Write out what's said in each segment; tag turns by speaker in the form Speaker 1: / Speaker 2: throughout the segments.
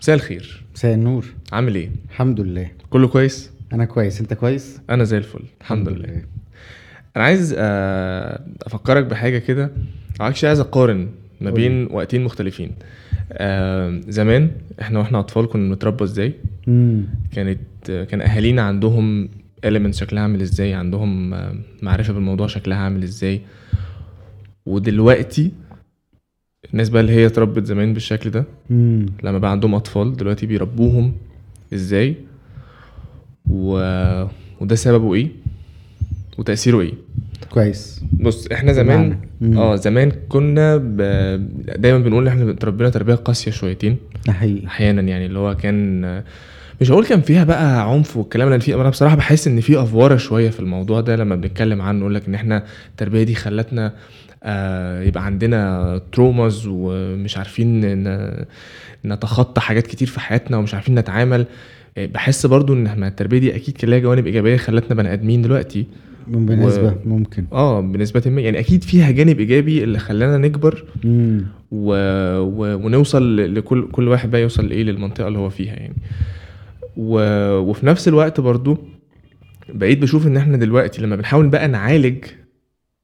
Speaker 1: مساء الخير
Speaker 2: مساء النور
Speaker 1: عامل ايه
Speaker 2: الحمد لله
Speaker 1: كله كويس
Speaker 2: انا كويس انت كويس
Speaker 1: انا زي الفل الحمد لله انا عايز آه، افكرك بحاجه كده معرفش عايز اقارن ما
Speaker 2: قولي.
Speaker 1: بين وقتين مختلفين آه، زمان احنا واحنا اطفال كنا بنتربى ازاي
Speaker 2: امم
Speaker 1: كانت آه، كان اهالينا عندهم element شكلها عامل ازاي عندهم آه، معرفه بالموضوع شكلها عامل ازاي ودلوقتي الناس بقى اللي هي اتربت زمان بالشكل ده
Speaker 2: امم
Speaker 1: لما بقى عندهم اطفال دلوقتي بيربوهم ازاي و... وده سببه ايه وتاثيره ايه
Speaker 2: كويس
Speaker 1: بص احنا زمان
Speaker 2: بمعنى. مم.
Speaker 1: اه زمان كنا ب... دايما بنقول ان احنا اتربينا تربيه قاسيه شويتين
Speaker 2: ده حقيقي
Speaker 1: احيانا يعني اللي هو كان مش هقول كان فيها بقى عنف والكلام ده في انا بصراحه بحس ان في افواره شويه في الموضوع ده لما بنتكلم عنه نقول لك ان احنا التربيه دي خلتنا آه، يبقى عندنا تروماز ومش عارفين ن- نتخطى حاجات كتير في حياتنا ومش عارفين نتعامل آه، بحس برضو ان احنا التربيه دي اكيد كان لها جوانب ايجابيه خلتنا بني ادمين دلوقتي
Speaker 2: بالنسبه و... ممكن
Speaker 1: اه بنسبه ما يعني اكيد فيها جانب ايجابي اللي خلانا نكبر
Speaker 2: امم
Speaker 1: و... و... ونوصل ل- لكل كل واحد بقى يوصل لايه للمنطقه اللي هو فيها يعني و... وفي نفس الوقت برضو بقيت بشوف ان احنا دلوقتي لما بنحاول بقى نعالج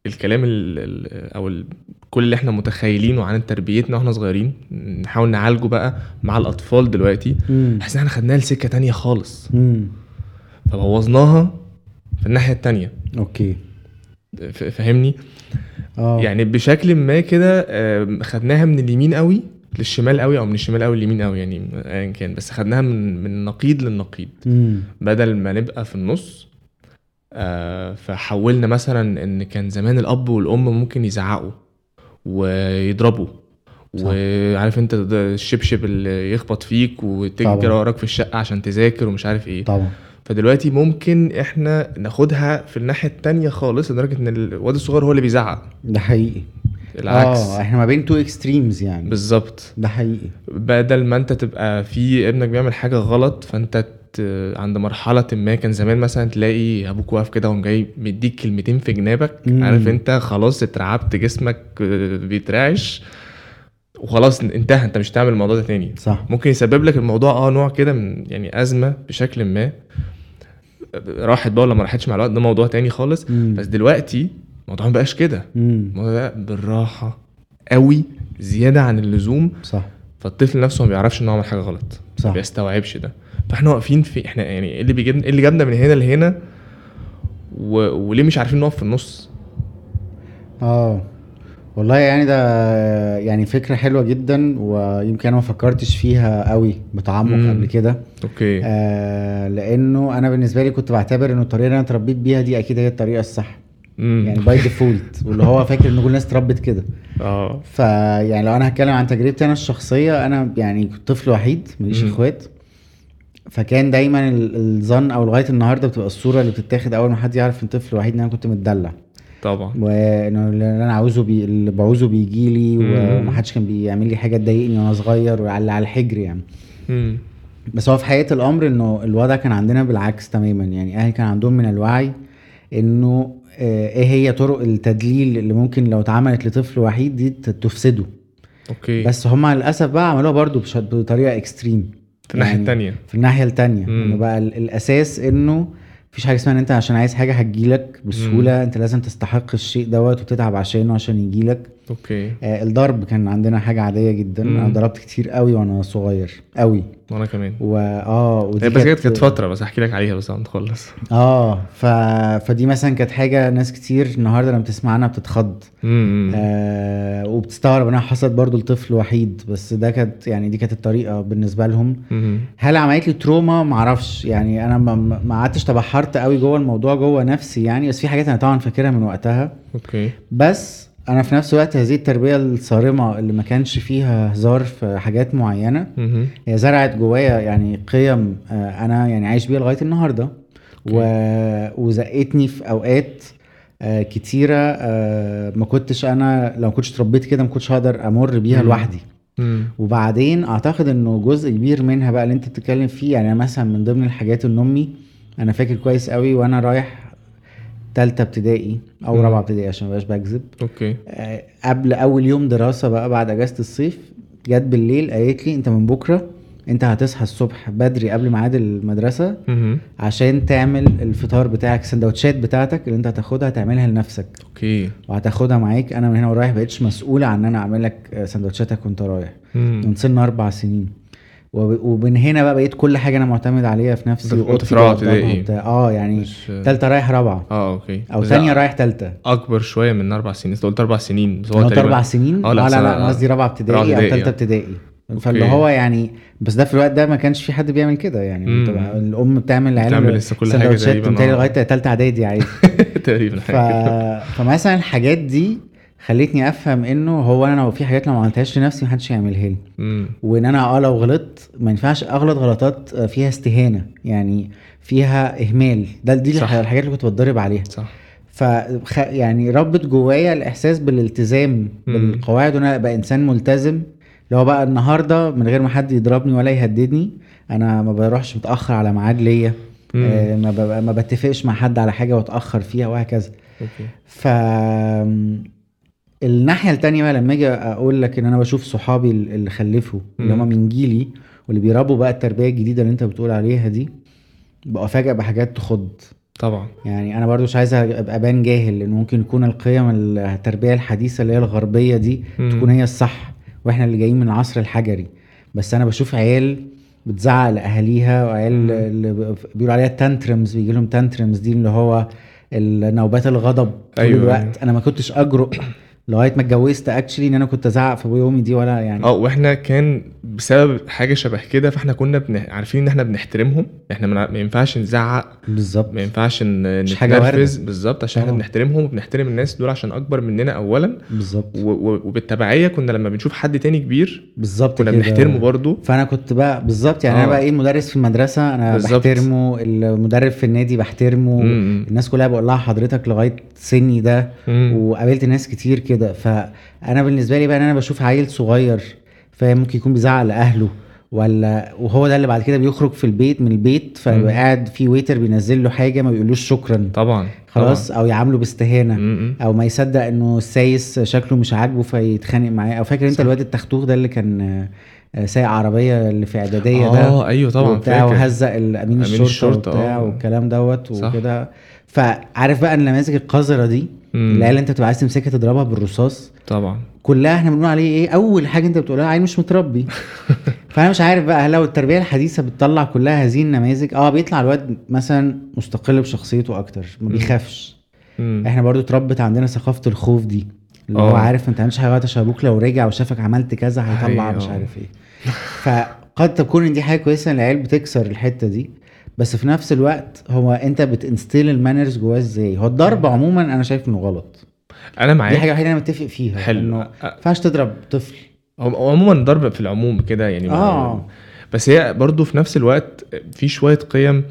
Speaker 1: الكلام ال... ال... او ال... كل اللي احنا متخيلينه عن تربيتنا واحنا صغيرين نحاول نعالجه بقى مع الاطفال دلوقتي
Speaker 2: امم
Speaker 1: بحس ان احنا خدناها لسكه تانية خالص
Speaker 2: امم
Speaker 1: فبوظناها في الناحيه التانية
Speaker 2: اوكي
Speaker 1: ف- فاهمني
Speaker 2: اه
Speaker 1: يعني بشكل ما كده آم، خدناها من اليمين قوي للشمال قوي او من الشمال قوي لليمين قوي يعني ايا كان بس خدناها من من النقيض للنقيض
Speaker 2: امم
Speaker 1: بدل ما نبقى في النص آه، فحولنا مثلا ان كان زمان الاب والام ممكن يزعقوا ويضربوا
Speaker 2: صح.
Speaker 1: وعارف انت ده- ده الشبشب اللي يخبط فيك وتجري
Speaker 2: طبعاً.
Speaker 1: وراك في الشقه عشان تذاكر ومش عارف ايه
Speaker 2: طبعا
Speaker 1: فدلوقتي ممكن احنا ناخدها في الناحيه التانية خالص لدرجه ان الواد الصغير هو اللي بيزعق
Speaker 2: ده حقيقي
Speaker 1: العكس
Speaker 2: اه احنا ما بين تو اكستريمز يعني
Speaker 1: بالظبط
Speaker 2: ده حقيقي
Speaker 1: بدل ما انت تبقى في ابنك بيعمل حاجه غلط فانت ت- عند مرحله ما كان زمان مثلا تلاقي ابوك واقف كده وقام جاي مديك كلمتين في جنابك
Speaker 2: مم.
Speaker 1: عارف انت خلاص اترعبت جسمك آه، بيترعش وخلاص انتهى انت مش هتعمل الموضوع ده تاني
Speaker 2: صح
Speaker 1: ممكن يسبب لك الموضوع اه نوع كده من يعني ازمه بشكل ما راحت بقى ولا ما راحتش مع الوقت ده موضوع تاني خالص
Speaker 2: امم
Speaker 1: بس دلوقتي الموضوع مبقاش كده
Speaker 2: امم
Speaker 1: الموضوع ده بالراحه قوي زياده عن اللزوم
Speaker 2: صح
Speaker 1: فالطفل نفسه ما بيعرفش ان هو عمل حاجه غلط ما
Speaker 2: صح
Speaker 1: بيستوعبش ده فاحنا واقفين في احنا يعني ايه اللي بيجيبنا ايه اللي جابنا من هنا لهنا و... وليه مش عارفين نقف في النص
Speaker 2: اه والله يعني ده يعني فكرة حلوة جدا ويمكن انا ما فكرتش فيها قوي بتعمق
Speaker 1: مم.
Speaker 2: قبل كده
Speaker 1: اوكي
Speaker 2: آه لانه انا بالنسبة لي كنت بعتبر ان الطريقة اللي انا اتربيت بيها دي اكيد هي الطريقة الصح
Speaker 1: امم
Speaker 2: يعني باي ديفولت واللي هو فاكر ان كل الناس اتربت كده
Speaker 1: اه
Speaker 2: فيعني لو انا هتكلم عن تجربتي انا الشخصيه انا يعني كنت طفل وحيد ماليش
Speaker 1: مم.
Speaker 2: اخوات فكان دايما ال- الظن او لغايه النهارده بتبقى الصوره اللي بتتاخد اول ما حد يعرف ان طفل وحيد ان انا كنت متدلع
Speaker 1: طبعا
Speaker 2: وانه اللي انا عاوزه بي... اللي بعوزه بيجي لي
Speaker 1: مم.
Speaker 2: ومحدش كان بيعمل لي حاجه تضايقني وانا صغير وعلى على الحجر يعني
Speaker 1: امم
Speaker 2: بس هو في حقيقه الامر انه الوضع كان عندنا بالعكس تماما يعني اهلي كان عندهم من الوعي انه آه، ايه هي طرق التدليل اللي ممكن لو اتعملت لطفل وحيد دي ت- تفسده
Speaker 1: اوكي بس
Speaker 2: بس هم للاسف بقى عملوها برضو بش- بطريقه اكستريم
Speaker 1: في الناحيه
Speaker 2: يعني
Speaker 1: الثانيه
Speaker 2: في الناحيه التانية
Speaker 1: مم.
Speaker 2: انه بقى ال- الاساس انه مفيش حاجه اسمها ان انت عشان عايز حاجه هتجيلك بسهوله انت لازم تستحق الشيء دوت وتتعب عشانه عشان يجيلك
Speaker 1: اوكي
Speaker 2: آه الضرب كان عندنا حاجه عاديه جدا
Speaker 1: مم.
Speaker 2: انا ضربت كتير قوي وانا صغير قوي
Speaker 1: وانا كمان
Speaker 2: واه ودي
Speaker 1: هي بس كانت كانت فتره بس احكي لك عليها بس عم تخلص
Speaker 2: اه ف... فدي مثلا كانت حاجه ناس كتير النهارده لما بتسمعنا بتتخض
Speaker 1: امم
Speaker 2: آه وبتستغرب انها حصلت برضو لطفل وحيد بس ده كانت يعني دي كانت الطريقه بالنسبه لهم هل عملت لي تروما معرفش يعني انا ما- ما ما قعدتش تبحرت قوي جوه الموضوع جوه نفسي يعني بس في حاجات انا طبعا فاكرها من وقتها
Speaker 1: اوكي
Speaker 2: بس انا في نفس الوقت هذه التربيه الصارمه اللي ما كانش فيها هزار في حاجات معينه
Speaker 1: مهم.
Speaker 2: هي زرعت جوايا يعني قيم آه، انا يعني عايش بيها لغايه النهارده و... وزقتني في اوقات آه، كتيره آه، ما كنتش انا لو كنتش اتربيت كده ما كنتش هقدر امر بيها
Speaker 1: مم.
Speaker 2: لوحدي
Speaker 1: مم.
Speaker 2: وبعدين اعتقد انه جزء كبير منها بقى اللي انت بتتكلم فيه يعني أنا مثلا من ضمن الحاجات ان امي انا فاكر كويس قوي وانا رايح تالتة ابتدائي او
Speaker 1: مم.
Speaker 2: رابعة ابتدائي عشان مبقاش بكذب
Speaker 1: اوكي
Speaker 2: آه، قبل اول يوم دراسة بقى بعد اجازة الصيف جت بالليل قالت لي انت من بكرة انت هتصحى الصبح بدري قبل ميعاد المدرسه
Speaker 1: مهم.
Speaker 2: عشان تعمل الفطار بتاعك السندوتشات بتاعتك اللي انت هتاخدها هتعملها لنفسك
Speaker 1: اوكي
Speaker 2: وهتاخدها معاك انا من هنا ورايح بقتش مسؤول عن ان انا اعمل لك آه، سندوتشاتك وانت رايح
Speaker 1: مم.
Speaker 2: من سن اربع سنين وب- ومن هنا بقى بقيت كل حاجه انا معتمد عليها في نفسي
Speaker 1: انت كنت
Speaker 2: وأوضتي
Speaker 1: في رابعة
Speaker 2: بوضبها
Speaker 1: ابتدائي.
Speaker 2: وبتاع. اه يعني
Speaker 1: مش اه
Speaker 2: تالته رايح رابعه
Speaker 1: اوكي
Speaker 2: او
Speaker 1: بس
Speaker 2: تانيه
Speaker 1: ده
Speaker 2: رايح تالته
Speaker 1: اكبر شويه من اربع سنين انت قلت اربع سنين بس هو
Speaker 2: انا قلت
Speaker 1: تقريبا
Speaker 2: اربع سنين
Speaker 1: اه
Speaker 2: اه
Speaker 1: لا،
Speaker 2: لا
Speaker 1: بس
Speaker 2: لا,
Speaker 1: أنا-
Speaker 2: لا انا قصدي رابعه ابتدائي او
Speaker 1: ابتدائي
Speaker 2: ثالثه
Speaker 1: يعني.
Speaker 2: ابتدائي فاللي
Speaker 1: أوكي.
Speaker 2: هو يعني بس ده في الوقت ده ما كانش في حد بيعمل كده يعني
Speaker 1: مم.
Speaker 2: أنت بقى الام بتعمل
Speaker 1: بتعمل
Speaker 2: العيال
Speaker 1: لسه كل حاجة تقريباً،
Speaker 2: بتاعي
Speaker 1: آه.
Speaker 2: لغايه ثالثه اعدادي عادي
Speaker 1: تقريبا
Speaker 2: ف...
Speaker 1: حاجه كده.
Speaker 2: فمثلا الحاجات دي خلتني افهم انه هو انا لو في حاجات لو ما عملتهاش لنفسي محدش هيعملها لي
Speaker 1: مم.
Speaker 2: وان انا اه لو غلطت ما ينفعش اغلط غلطات آه، فيها استهانه يعني فيها اهمال ده دي
Speaker 1: صح.
Speaker 2: الح- الحاجات اللي كنت بتضرب عليها
Speaker 1: صح
Speaker 2: ف يعني ربط جوايا الاحساس بالالتزام بالقواعد وانا ابقى انسان ملتزم اللي هو بقى النهارده من غير ما حد يضربني ولا يهددني انا ما بروحش متاخر على ميعاد ليا
Speaker 1: مم.
Speaker 2: آه، ما ببقى- ما بتفقش مع حد على حاجه واتاخر فيها وهكذا
Speaker 1: اوكي
Speaker 2: ف الناحيه التانية بقى لما اجي اقول لك ان انا بشوف صحابي ال- اللي خلفوا اللي
Speaker 1: مم.
Speaker 2: هم من جيلي واللي بيربوا بقى التربيه الجديده اللي انت بتقول عليها دي بقى فاجئ بحاجات تخض
Speaker 1: طبعا
Speaker 2: يعني انا برضو مش عايز ابقى بان جاهل لان ممكن يكون القيم التربيه الحديثه اللي هي الغربيه دي
Speaker 1: مم.
Speaker 2: تكون هي الصح واحنا اللي جايين من العصر الحجري بس انا بشوف عيال بتزعق لاهاليها
Speaker 1: مم.
Speaker 2: وعيال اللي ب- بيقولوا عليها تانترمز بيجي لهم تانترمز دي اللي هو ال- نوبات الغضب طول
Speaker 1: أيوة،
Speaker 2: أيوة الوقت
Speaker 1: أيوة.
Speaker 2: انا ما كنتش اجرؤ لغايه ما اتجوزت اكشلي ان انا كنت ازعق في ابويا وامي دي ولا يعني
Speaker 1: اه واحنا كان بسبب حاجه شبه كده فاحنا كنا بنح... عارفين ان احنا بنحترمهم احنا ما ما ينفعش نزعق
Speaker 2: بالظبط
Speaker 1: ما ينفعش ن-
Speaker 2: مش حاجة واردة.
Speaker 1: نتنرفز بالظبط عشان احنا
Speaker 2: اه.
Speaker 1: بنحترمهم وبنحترم الناس دول عشان اكبر مننا اولا
Speaker 2: بالظبط
Speaker 1: و... و... وبالتبعيه كنا لما بنشوف حد تاني كبير
Speaker 2: بالظبط
Speaker 1: كنا
Speaker 2: كده.
Speaker 1: بنحترمه برضه
Speaker 2: فانا كنت بقى بالظبط يعني
Speaker 1: آه.
Speaker 2: انا بقى ايه المدرس في المدرسه انا
Speaker 1: بالظبط.
Speaker 2: بحترمه المدرب في النادي بحترمه
Speaker 1: مم.
Speaker 2: الناس كلها بقول لها حضرتك لغايه سني ده
Speaker 1: مم.
Speaker 2: وقابلت ناس كتير كده فانا بالنسبه لي بقى ان انا بشوف عيل صغير فاهم ممكن يكون بيزعق لاهله ولا وهو ده اللي بعد كده بيخرج في البيت من البيت
Speaker 1: مم.
Speaker 2: فبيبقى قاعد في ويتر بينزل له حاجه ما بيقولوش شكرا
Speaker 1: طبعا
Speaker 2: خلاص او يعامله باستهانه
Speaker 1: طبعاً. مم.
Speaker 2: او ما يصدق انه السايس شكله مش عاجبه فيتخانق معاه او فاكر انت
Speaker 1: صح.
Speaker 2: الواد التختوخ ده اللي كان آه، سايق عربيه اللي في اعداديه ده
Speaker 1: اه ايوه طبعا
Speaker 2: وبتاع
Speaker 1: فاكر
Speaker 2: وهزق ال- امين الشرطه,
Speaker 1: الشرطة،
Speaker 2: الشرطة وبتاع
Speaker 1: آه.
Speaker 2: والكلام دوت
Speaker 1: صح.
Speaker 2: وكده فعارف بقى النماذج القذره دي
Speaker 1: مم.
Speaker 2: العيال اللي انت بتبقى عايز تمسكها تضربها بالرصاص
Speaker 1: طبعا
Speaker 2: كلها احنا بنقول عليه ايه اول حاجه انت بتقولها عيل مش متربي فانا مش عارف بقى هل لو التربيه الحديثه بتطلع كلها هذه النماذج اه بيطلع الواد مثلا مستقل بشخصيته اكتر ما
Speaker 1: مم.
Speaker 2: بيخافش
Speaker 1: مم.
Speaker 2: احنا برضو اتربت عندنا ثقافه الخوف دي اللي هو
Speaker 1: اه.
Speaker 2: عارف ما تعملش حاجه غلط عشان ابوك لو رجع وشافك عملت كذا هيطلع
Speaker 1: أيوه.
Speaker 2: مش عارف ايه فقد تكون إن دي حاجه كويسه ان العيال بتكسر الحته دي بس في نفس الوقت هو انت بتنستيل المانرز جواه ازاي هو الضرب عموما انا شايف انه غلط
Speaker 1: انا معاك
Speaker 2: دي حاجه وحيده انا متفق فيها
Speaker 1: حلو.
Speaker 2: انه ما ينفعش تضرب طفل
Speaker 1: هو- هو عموما ضرب في العموم كده يعني ما-
Speaker 2: اه
Speaker 1: بس هي برضو في نفس الوقت في شويه قيم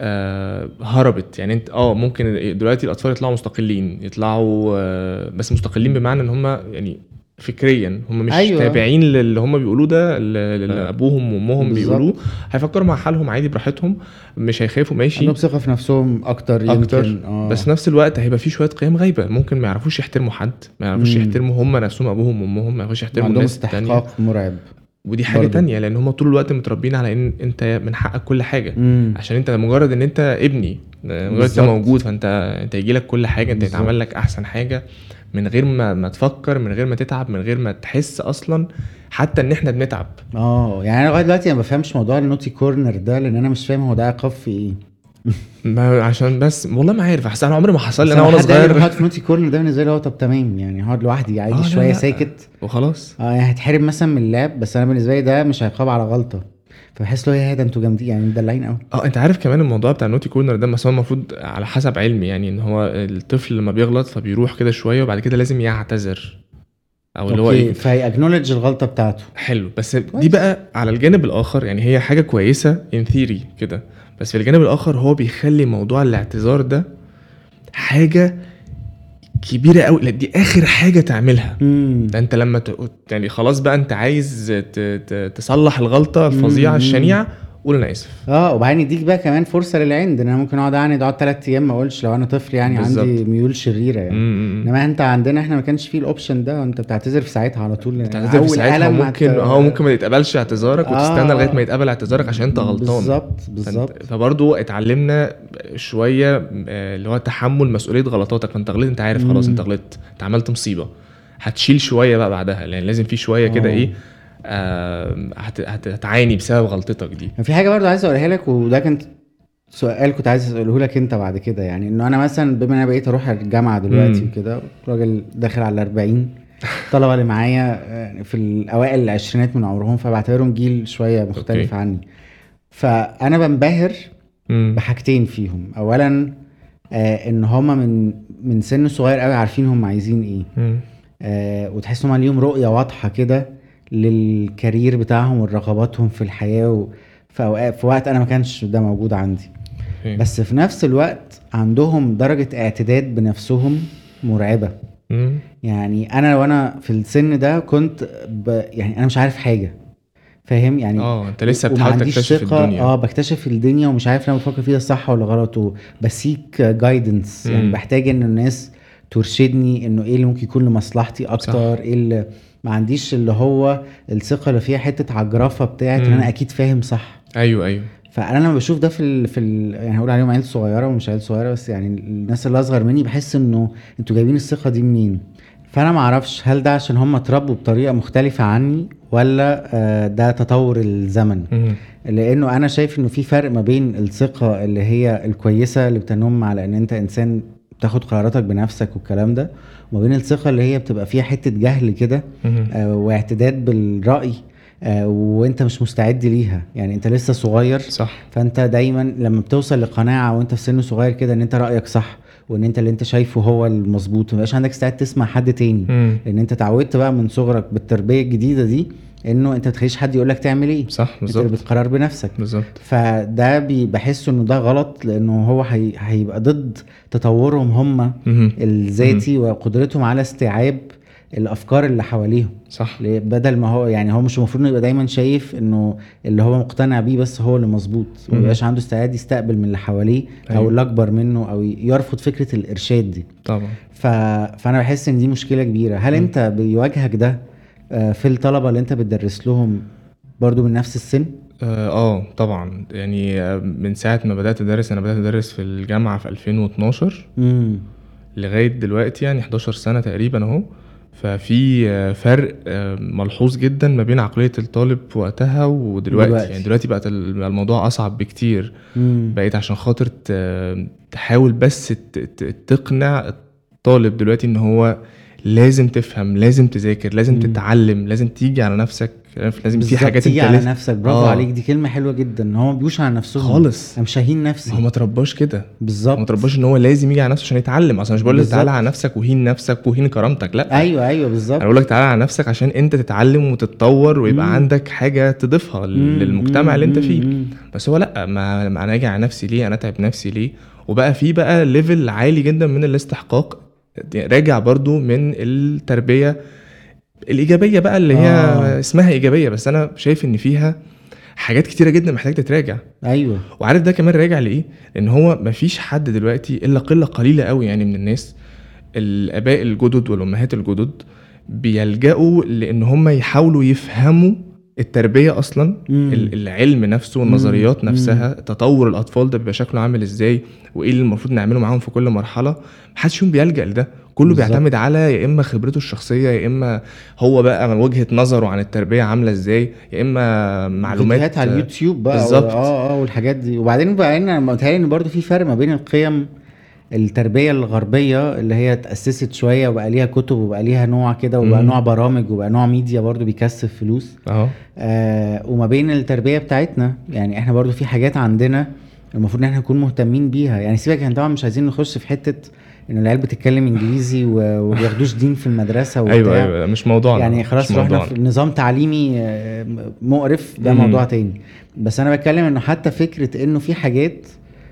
Speaker 1: آه هربت يعني انت اه ممكن دلوقتي الاطفال يطلعوا مستقلين يطلعوا آه بس مستقلين بمعنى ان هم يعني فكريا هم مش أيوة.
Speaker 2: أيوة. آه.
Speaker 1: تابعين للي هم بيقولوه ده اللي ابوهم وامهم
Speaker 2: بالظبط.
Speaker 1: بيقولوه هيفكروا مع حالهم عادي براحتهم مش هيخافوا ماشي
Speaker 2: عندهم ثقه في نفسهم اكتر
Speaker 1: أكتر،
Speaker 2: يمكن اه
Speaker 1: بس في نفس الوقت هيبقى في شويه قيم غايبه ممكن ما يعرفوش يحترموا حد ما يعرفوش
Speaker 2: مم.
Speaker 1: يحترموا هم نفسهم ابوهم وامهم ما يعرفوش يحترموا
Speaker 2: عندهم
Speaker 1: الناس التانية
Speaker 2: استحقاق مرعب
Speaker 1: ودي حاجه
Speaker 2: برضو.
Speaker 1: تانية لان هم طول الوقت متربيين على ان انت من حقك كل حاجه
Speaker 2: امم
Speaker 1: عشان انت مجرد ان انت ابني مجرد انت
Speaker 2: بالظبط.
Speaker 1: موجود فانت انت هيجي لك كل حاجه انت
Speaker 2: بالظبط.
Speaker 1: هيتعمل لك احسن حاجه من غير ما ما تفكر من غير ما تتعب من غير ما تحس اصلا حتى ان احنا بنتعب
Speaker 2: اه يعني انا لغايه دلوقتي ما بفهمش موضوع النوتي كورنر ده لان انا مش فاهم هو ده عقاب في ايه
Speaker 1: ما عشان بس والله ما عارف احسن انا عمري ما حصل لي
Speaker 2: بس
Speaker 1: انا
Speaker 2: لما
Speaker 1: وانا
Speaker 2: حد قال لي
Speaker 1: صغير
Speaker 2: هقعد في نوتي كورنر ده بالنسبه لي هو طب تمام يعني هقعد لوحدي
Speaker 1: آه،
Speaker 2: عادي
Speaker 1: لا،
Speaker 2: شويه
Speaker 1: لا.
Speaker 2: ساكت
Speaker 1: وخلاص
Speaker 2: اه يعني هتحرم مثلا من اللاب بس انا بالنسبه لي ده مش عقاب على غلطه فبحس له يا ده انتوا جامدين يعني مدلعين قوي
Speaker 1: اه انت عارف كمان الموضوع بتاع النوتي كورنر ده بس هو المفروض على حسب علمي يعني ان هو الطفل لما بيغلط فبيروح كده شويه وبعد كده لازم يعتذر او اللي هو
Speaker 2: اوكي
Speaker 1: ايه
Speaker 2: فيأكنولج الغلطه بتاعته
Speaker 1: حلو بس دي بقى على الجانب الاخر يعني هي حاجه كويسه ان ثيري كده بس في الجانب الاخر هو بيخلي موضوع الاعتذار ده حاجه كبيره قوي لا دي اخر حاجه تعملها
Speaker 2: امم
Speaker 1: ده انت لما ت... يعني خلاص بقى انت عايز ت... ت... تصلح الغلطه الفظيعه
Speaker 2: مم.
Speaker 1: الشنيعه قول انا اسف
Speaker 2: اه وبعدين يديك بقى كمان فرصه للعند ان انا ممكن يعني اقعد اعند اقعد ثلاث ايام ما اقولش لو انا طفل يعني
Speaker 1: بالظبط.
Speaker 2: عندي ميول شريره يعني
Speaker 1: امم
Speaker 2: انما انت عندنا احنا ما كانش فيه الاوبشن ده انت بتعتذر في ساعتها على طول يعني
Speaker 1: تعتذر في
Speaker 2: أول
Speaker 1: ساعتها
Speaker 2: قلم
Speaker 1: ممكن
Speaker 2: هت-
Speaker 1: اه ممكن ما يتقبلش اعتذارك وتستنى
Speaker 2: آه.
Speaker 1: لغايه ما يتقبل اعتذارك عشان انت غلطان
Speaker 2: بالظبط
Speaker 1: فأنت-
Speaker 2: بالظبط
Speaker 1: فبرضو اتعلمنا شويه آه، اللي هو تحمل مسؤوليه غلطاتك فانت غلطت انت عارف خلاص
Speaker 2: مم.
Speaker 1: انت غلطت انت عملت مصيبه هتشيل شويه بقى بعدها لان لازم في شويه كده
Speaker 2: آه.
Speaker 1: ايه آه، هت- هت- هتعاني بسبب غلطتك دي
Speaker 2: كان يعني في حاجه برضه عايز اقولها لك وده كان سؤال كنت عايز اساله لك انت بعد كده يعني انه انا مثلا بما انا بقيت اروح الجامعه دلوقتي
Speaker 1: مم.
Speaker 2: وكده راجل داخل على 40 الطلبه اللي معايا آه، في الاوائل العشرينات من عمرهم فبعتبرهم جيل شويه مختلف
Speaker 1: أوكي.
Speaker 2: عني فانا بنبهر
Speaker 1: مم.
Speaker 2: بحاجتين فيهم اولا آه ان هما من من سن صغير قوي عارفين هم عايزين ايه
Speaker 1: مم.
Speaker 2: آه وتحس ان هم ليهم رؤيه واضحه كده للكارير بتاعهم ورغباتهم في الحياه و... في أوقات في وقت انا ما كانش ده موجود عندي
Speaker 1: أوكي.
Speaker 2: بس في نفس الوقت عندهم درجه اعتداد بنفسهم مرعبه
Speaker 1: مم.
Speaker 2: يعني انا وانا في السن ده كنت ب... يعني انا مش عارف حاجه فاهم يعني
Speaker 1: اه انت لسه
Speaker 2: وما
Speaker 1: بتحاول
Speaker 2: عنديش
Speaker 1: تكتشف
Speaker 2: ثقة،
Speaker 1: الدنيا
Speaker 2: اه بكتشف الدنيا ومش عارف انا بفكر فيها صح ولا غلط وبسيك جايدنس يعني
Speaker 1: مم.
Speaker 2: بحتاج ان الناس ترشدني انه ايه اللي ممكن يكون لمصلحتي اكتر ايه اللي ما عنديش اللي هو الثقه اللي فيها حته عجرفه بتاعت ان
Speaker 1: مم.
Speaker 2: انا اكيد فاهم صح
Speaker 1: ايوه ايوه
Speaker 2: فانا لما بشوف ده في ال... في ال... يعني هقول عليهم عيال صغيره ومش عيال صغيره بس يعني الناس اللي اصغر مني بحس انه انتوا جايبين الثقه دي منين فانا ما اعرفش هل ده عشان هم اتربوا بطريقه مختلفه عني ولا آه، ده تطور الزمن
Speaker 1: مم.
Speaker 2: لانه انا شايف انه في فرق ما بين الثقه اللي هي الكويسه اللي بتنم على ان انت انسان بتاخد قراراتك بنفسك والكلام ده وما بين الثقه اللي هي بتبقى فيها حته جهل كده
Speaker 1: مم.
Speaker 2: آه، واعتداد بالراي آه، وانت مش مستعد ليها يعني انت لسه صغير
Speaker 1: صح
Speaker 2: فانت دايما لما بتوصل لقناعه وانت في سن صغير كده ان انت رايك صح وان انت اللي انت شايفه هو المظبوط مبقاش عندك استعداد تسمع حد تاني
Speaker 1: مم.
Speaker 2: لان انت اتعودت بقى من صغرك بالتربيه الجديده دي انه انت ما تخليش حد يقول لك تعمل ايه
Speaker 1: صح
Speaker 2: انت اللي
Speaker 1: بالظبط
Speaker 2: بتقرر بنفسك
Speaker 1: بالظبط
Speaker 2: فده بي- بحس انه ده غلط لانه هو هي... هيبقى ضد تطورهم هم
Speaker 1: مم.
Speaker 2: الذاتي وقدرتهم على استيعاب الافكار اللي حواليهم
Speaker 1: صح
Speaker 2: ليه- بدل ما هو يعني هو مش المفروض انه يبقى دايما شايف انه اللي هو مقتنع بيه بس هو اللي مظبوط ما
Speaker 1: مم.
Speaker 2: يبقاش عنده استعداد يستقبل من اللي حواليه او
Speaker 1: أيوة.
Speaker 2: اللي اكبر منه او يرفض فكره الارشاد دي
Speaker 1: طبعا
Speaker 2: ف... فانا بحس ان دي مشكله كبيره هل
Speaker 1: مم.
Speaker 2: انت بيواجهك ده آه، في الطلبه اللي انت بتدرس لهم برضو من نفس السن
Speaker 1: اه آه، طبعا يعني آه، من ساعه ما بدات ادرس انا بدات ادرس في الجامعه في 2012
Speaker 2: امم
Speaker 1: لغايه دلوقتي يعني 11 سنه تقريبا اهو ففي آه، فرق آه، ملحوظ جدا ما بين عقليه الطالب وقتها ودلوقتي
Speaker 2: دلوقتي.
Speaker 1: يعني دلوقتي بقت ال- الموضوع اصعب بكتير
Speaker 2: امم
Speaker 1: بقيت عشان خاطر ت- تحاول بس ت- ت- تقنع الطالب دلوقتي ان هو لازم تفهم لازم تذاكر لازم
Speaker 2: مم.
Speaker 1: تتعلم لازم تيجي على نفسك لازم في
Speaker 2: بالظبط،
Speaker 1: حاجات
Speaker 2: تيجي
Speaker 1: انت
Speaker 2: على
Speaker 1: لازم
Speaker 2: نفسك برافو
Speaker 1: آه.
Speaker 2: عليك دي كلمه حلوه جدا ان هم بيوش على نفسهم
Speaker 1: خالص
Speaker 2: انا مش ههين
Speaker 1: هو
Speaker 2: نفسي
Speaker 1: ما ترباش كده
Speaker 2: بالظبط
Speaker 1: ما ترباش ان هو لازم يجي على نفسه عشان يتعلم اصلا مش بقول لك تعالى
Speaker 2: بالظبط.
Speaker 1: على نفسك وهين نفسك وهين كرامتك لا
Speaker 2: ايوه ايوه
Speaker 1: انا
Speaker 2: بالظبط
Speaker 1: بقول لك تعالى على نفسك عشان انت تتعلم وتتطور ويبقى
Speaker 2: مم.
Speaker 1: عندك حاجه تضيفها
Speaker 2: مم،
Speaker 1: لل- للمجتمع اللي انت
Speaker 2: مم،
Speaker 1: فيه
Speaker 2: مم.
Speaker 1: بس هو لا ما ما انا اجي على نفسي ليه انا اتعب نفسي ليه وبقى في بقى ليفل عالي جدا من الاستحقاق راجع برضو من التربيه الايجابيه بقى اللي هي
Speaker 2: آه.
Speaker 1: اسمها ايجابيه بس انا شايف ان فيها حاجات كتيره جدا محتاج تتراجع
Speaker 2: ايوه
Speaker 1: وعارف ده كمان راجع لايه ان هو مفيش حد دلوقتي الا قله قليله قوي يعني من الناس الاباء الجدد والامهات الجدد بيلجأوا لان هم يحاولوا يفهموا التربيه اصلا
Speaker 2: مم.
Speaker 1: ال- العلم نفسه والنظريات
Speaker 2: مم.
Speaker 1: نفسها تطور الاطفال ده بيبقى شكله عامل ازاي وايه اللي المفروض نعمله معاهم في كل مرحله محدش فيهم بيلجأ لده كله
Speaker 2: بالظبط.
Speaker 1: بيعتمد على يا اما خبرته الشخصيه يا اما هو بقى وجهه نظره عن التربيه عامله ازاي يا اما معلومات آه.
Speaker 2: فيديوهات على اليوتيوب بقى
Speaker 1: بالظبط.
Speaker 2: اه اه والحاجات دي وبعدين بعدين انا متهيألي ان برضه في فرق ما بين القيم التربيه الغربيه اللي هي اتاسست شويه وبقى ليها كتب وبقى ليها نوع كده وبقى
Speaker 1: مم.
Speaker 2: نوع برامج وبقى نوع ميديا برضه بيكسب فلوس
Speaker 1: اه
Speaker 2: آه وما بين التربيه بتاعتنا يعني احنا برضو في حاجات عندنا المفروض ان احنا نكون مهتمين بيها يعني سيبك احنا طبعا مش عايزين نخش في حته ان العيال بتتكلم انجليزي و- وما بياخدوش دين في المدرسه وبتاع
Speaker 1: ايوه ايوه مش موضوعنا
Speaker 2: يعني
Speaker 1: مش
Speaker 2: خلاص رحنا
Speaker 1: موضوعنا.
Speaker 2: في نظام تعليمي آه، مقرف ده
Speaker 1: مم.
Speaker 2: موضوع تاني بس انا بتكلم انه حتى فكره انه في حاجات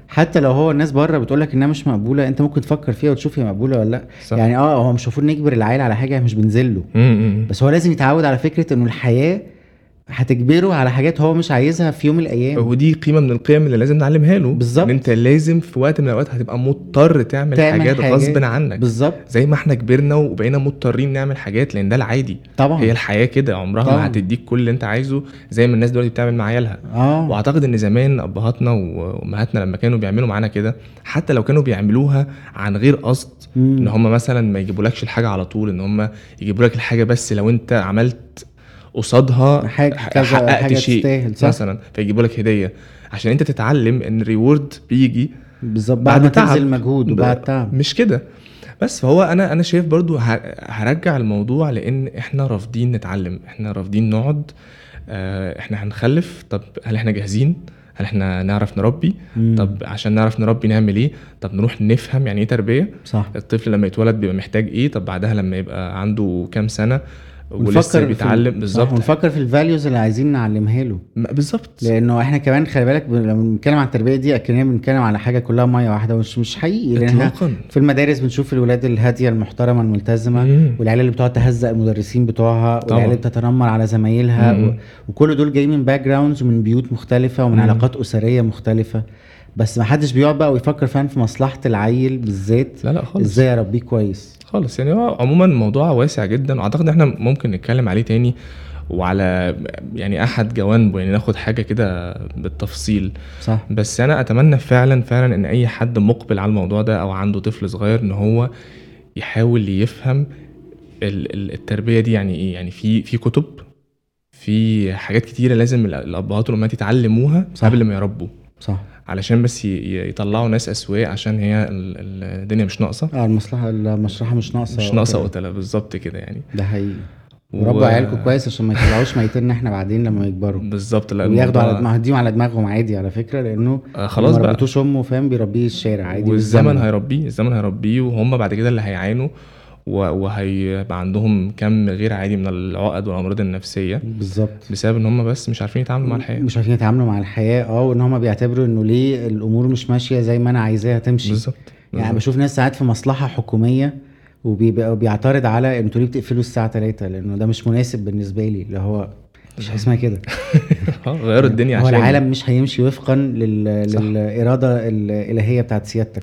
Speaker 2: حتى لو هو الناس بره بتقول لك انها مش مقبوله انت ممكن تفكر فيها وتشوف هي مقبوله ولا لا
Speaker 1: صح.
Speaker 2: يعني اه هو مش المفروض نجبر العيل على حاجه مش بنزله
Speaker 1: امم
Speaker 2: بس هو لازم يتعود على فكره انه الحياه هتجبره على حاجات هو مش عايزها في يوم من الايام
Speaker 1: ودي قيمه من القيم اللي لازم نعلمها له
Speaker 2: يعني بالظبط.
Speaker 1: ان انت لازم في وقت من الاوقات هتبقى مضطر تعمل,
Speaker 2: تعمل
Speaker 1: حاجات
Speaker 2: حاجات.
Speaker 1: غصب عنك
Speaker 2: بالظبط
Speaker 1: زي ما احنا كبرنا وبقينا مضطرين نعمل حاجات لان ده العادي
Speaker 2: طبعا
Speaker 1: هي الحياه كده عمرها
Speaker 2: طبعا.
Speaker 1: ما هتديك كل اللي انت عايزه زي ما الناس دلوقتي بتعمل مع عيالها
Speaker 2: اه
Speaker 1: واعتقد ان زمان ابهاتنا وامهاتنا لما كانوا بيعملوا معانا كده حتى لو كانوا بيعملوها عن غير قصد
Speaker 2: مم.
Speaker 1: ان هم مثلا ما يجيبولكش الحاجه على طول ان هم يجيبولك الحاجه بس لو انت عملت قصادها
Speaker 2: حاجة-
Speaker 1: ح-
Speaker 2: كذا
Speaker 1: حققت
Speaker 2: حاجة
Speaker 1: شيء
Speaker 2: تستاهل، صح.
Speaker 1: مثلا فيجيبولك هديه عشان انت تتعلم ان الريورد بيجي
Speaker 2: بالظبط
Speaker 1: بعد
Speaker 2: بعد ما
Speaker 1: تعب.
Speaker 2: تبذل مجهود وبعد تعب
Speaker 1: مش كده بس فهو انا انا شايف برضو ه- هرجع الموضوع لان احنا رافضين نتعلم احنا رافضين نقعد آه، احنا هنخلف طب هل احنا جاهزين هل احنا نعرف نربي
Speaker 2: مم.
Speaker 1: طب عشان نعرف نربي نعمل ايه طب نروح نفهم يعني ايه تربيه
Speaker 2: صح
Speaker 1: الطفل لما يتولد بيبقى محتاج ايه طب بعدها لما يبقى عنده كام سنه
Speaker 2: ونفكر
Speaker 1: ولسه
Speaker 2: في-
Speaker 1: بيتعلم
Speaker 2: صح،
Speaker 1: بالظبط
Speaker 2: ونفكر في الفاليوز اللي عايزين نعلمها له
Speaker 1: آه، ما- بالظبط
Speaker 2: لانه احنا كمان خلي بالك ب- لما بنتكلم عن التربيه دي اكننا بنتكلم على حاجه كلها ميه واحده مش مش حقيقي لانها
Speaker 1: اطلاقا
Speaker 2: في المدارس بنشوف الولاد الهاديه المحترمه الملتزمه
Speaker 1: مم.
Speaker 2: والعيال اللي بتقعد تهزق المدرسين بتوعها
Speaker 1: طبعاً.
Speaker 2: والعيال اللي بتتنمر على زمايلها
Speaker 1: مم.
Speaker 2: و... وكل دول جايين من باك جراوندز ومن بيوت مختلفه ومن
Speaker 1: مم.
Speaker 2: علاقات اسريه مختلفه بس ما حدش بيقعد بقى ويفكر فعلا في مصلحه العيل بالذات
Speaker 1: لا لا خالص
Speaker 2: ازاي اربيه كويس
Speaker 1: خالص يعني هو عموما الموضوع واسع جدا واعتقد ان احنا ممكن نتكلم عليه تاني وعلى يعني احد جوانبه يعني ناخد حاجه كده بالتفصيل
Speaker 2: صح
Speaker 1: بس انا اتمنى فعلا فعلا ان اي حد مقبل على الموضوع ده او عنده طفل صغير ان هو يحاول يفهم ال- ال- التربيه دي يعني ايه يعني في في كتب في حاجات كتيره لازم ال- الابهات والامهات يتعلموها
Speaker 2: صح.
Speaker 1: قبل ما يربوا
Speaker 2: صح
Speaker 1: علشان بس ي- ي- يطلعوا ناس اسوياء عشان هي ال- ال- الدنيا مش ناقصه
Speaker 2: اه المصلحه المشرحه مش ناقصه
Speaker 1: مش ناقصه قتله بالظبط كده يعني
Speaker 2: ده حقيقي
Speaker 1: و-
Speaker 2: وربوا عيالكم كويس عشان ما يطلعوش ميتين احنا بعدين لما يكبروا
Speaker 1: بالظبط لا
Speaker 2: وياخدوا على
Speaker 1: الموضوع-
Speaker 2: دماغهم دي على دماغهم عادي على فكره لانه
Speaker 1: آه، خلاص
Speaker 2: ما
Speaker 1: بقى
Speaker 2: ربيتوش امه فاهم بيربيه الشارع عادي
Speaker 1: والزمن
Speaker 2: بالزمن.
Speaker 1: هيربيه الزمن هيربيه وهم بعد كده اللي هيعانوا و- وهيبقى عندهم كم غير عادي من العقد والامراض النفسيه
Speaker 2: بالظبط
Speaker 1: بسبب ان هم بس مش عارفين يتعاملوا مع الحياه
Speaker 2: مش عارفين يتعاملوا مع الحياه اه وان هم بيعتبروا انه ليه الامور مش ماشيه زي ما انا عايزاها تمشي
Speaker 1: بالظبط
Speaker 2: يعني
Speaker 1: بالظبط.
Speaker 2: بشوف ناس ساعات في مصلحه حكوميه وبيبقى بيعترض على انتوا ليه بتقفلوا الساعه 3 لانه ده مش مناسب بالنسبه لي اللي هو مش حاجه اسمها كده
Speaker 1: آه، غيروا الدنيا
Speaker 2: هو
Speaker 1: عشان
Speaker 2: العالم مش هيمشي وفقا لل...
Speaker 1: صح.
Speaker 2: للاراده الالهيه بتاعت سيادتك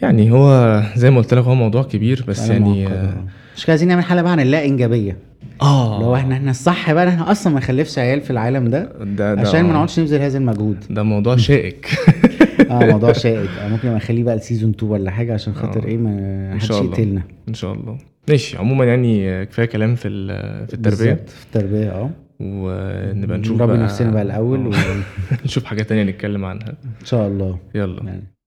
Speaker 1: يعني هو زي ما قلت لك هو موضوع كبير بس
Speaker 2: فعلا
Speaker 1: يعني
Speaker 2: معقدة. مش عايزين نعمل حلقه بقى عن اللا انجابيه
Speaker 1: اه
Speaker 2: لو احنا احنا الصح بقى إن احنا اصلا ما نخلفش عيال في العالم ده
Speaker 1: ده آه. ده
Speaker 2: عشان ما نقعدش نبذل هذا المجهود
Speaker 1: ده موضوع شائك
Speaker 2: اه موضوع شائك آه، ممكن ابقى اخليه بقى لسيزون 2 ولا حاجه عشان خاطر
Speaker 1: آه.
Speaker 2: ايه ما
Speaker 1: إن
Speaker 2: حدش
Speaker 1: شاء الله.
Speaker 2: يقتلنا
Speaker 1: ان شاء الله ماشي عموما يعني كفايه كلام في ال- في التربيه
Speaker 2: بالظبط، في التربيه اه
Speaker 1: ونبقى نشوف
Speaker 2: نربي نفسنا بقى الاول
Speaker 1: آه.
Speaker 2: وان
Speaker 1: نشوف حاجه تانية نتكلم عنها
Speaker 2: شاء الله
Speaker 1: يلا
Speaker 2: يعني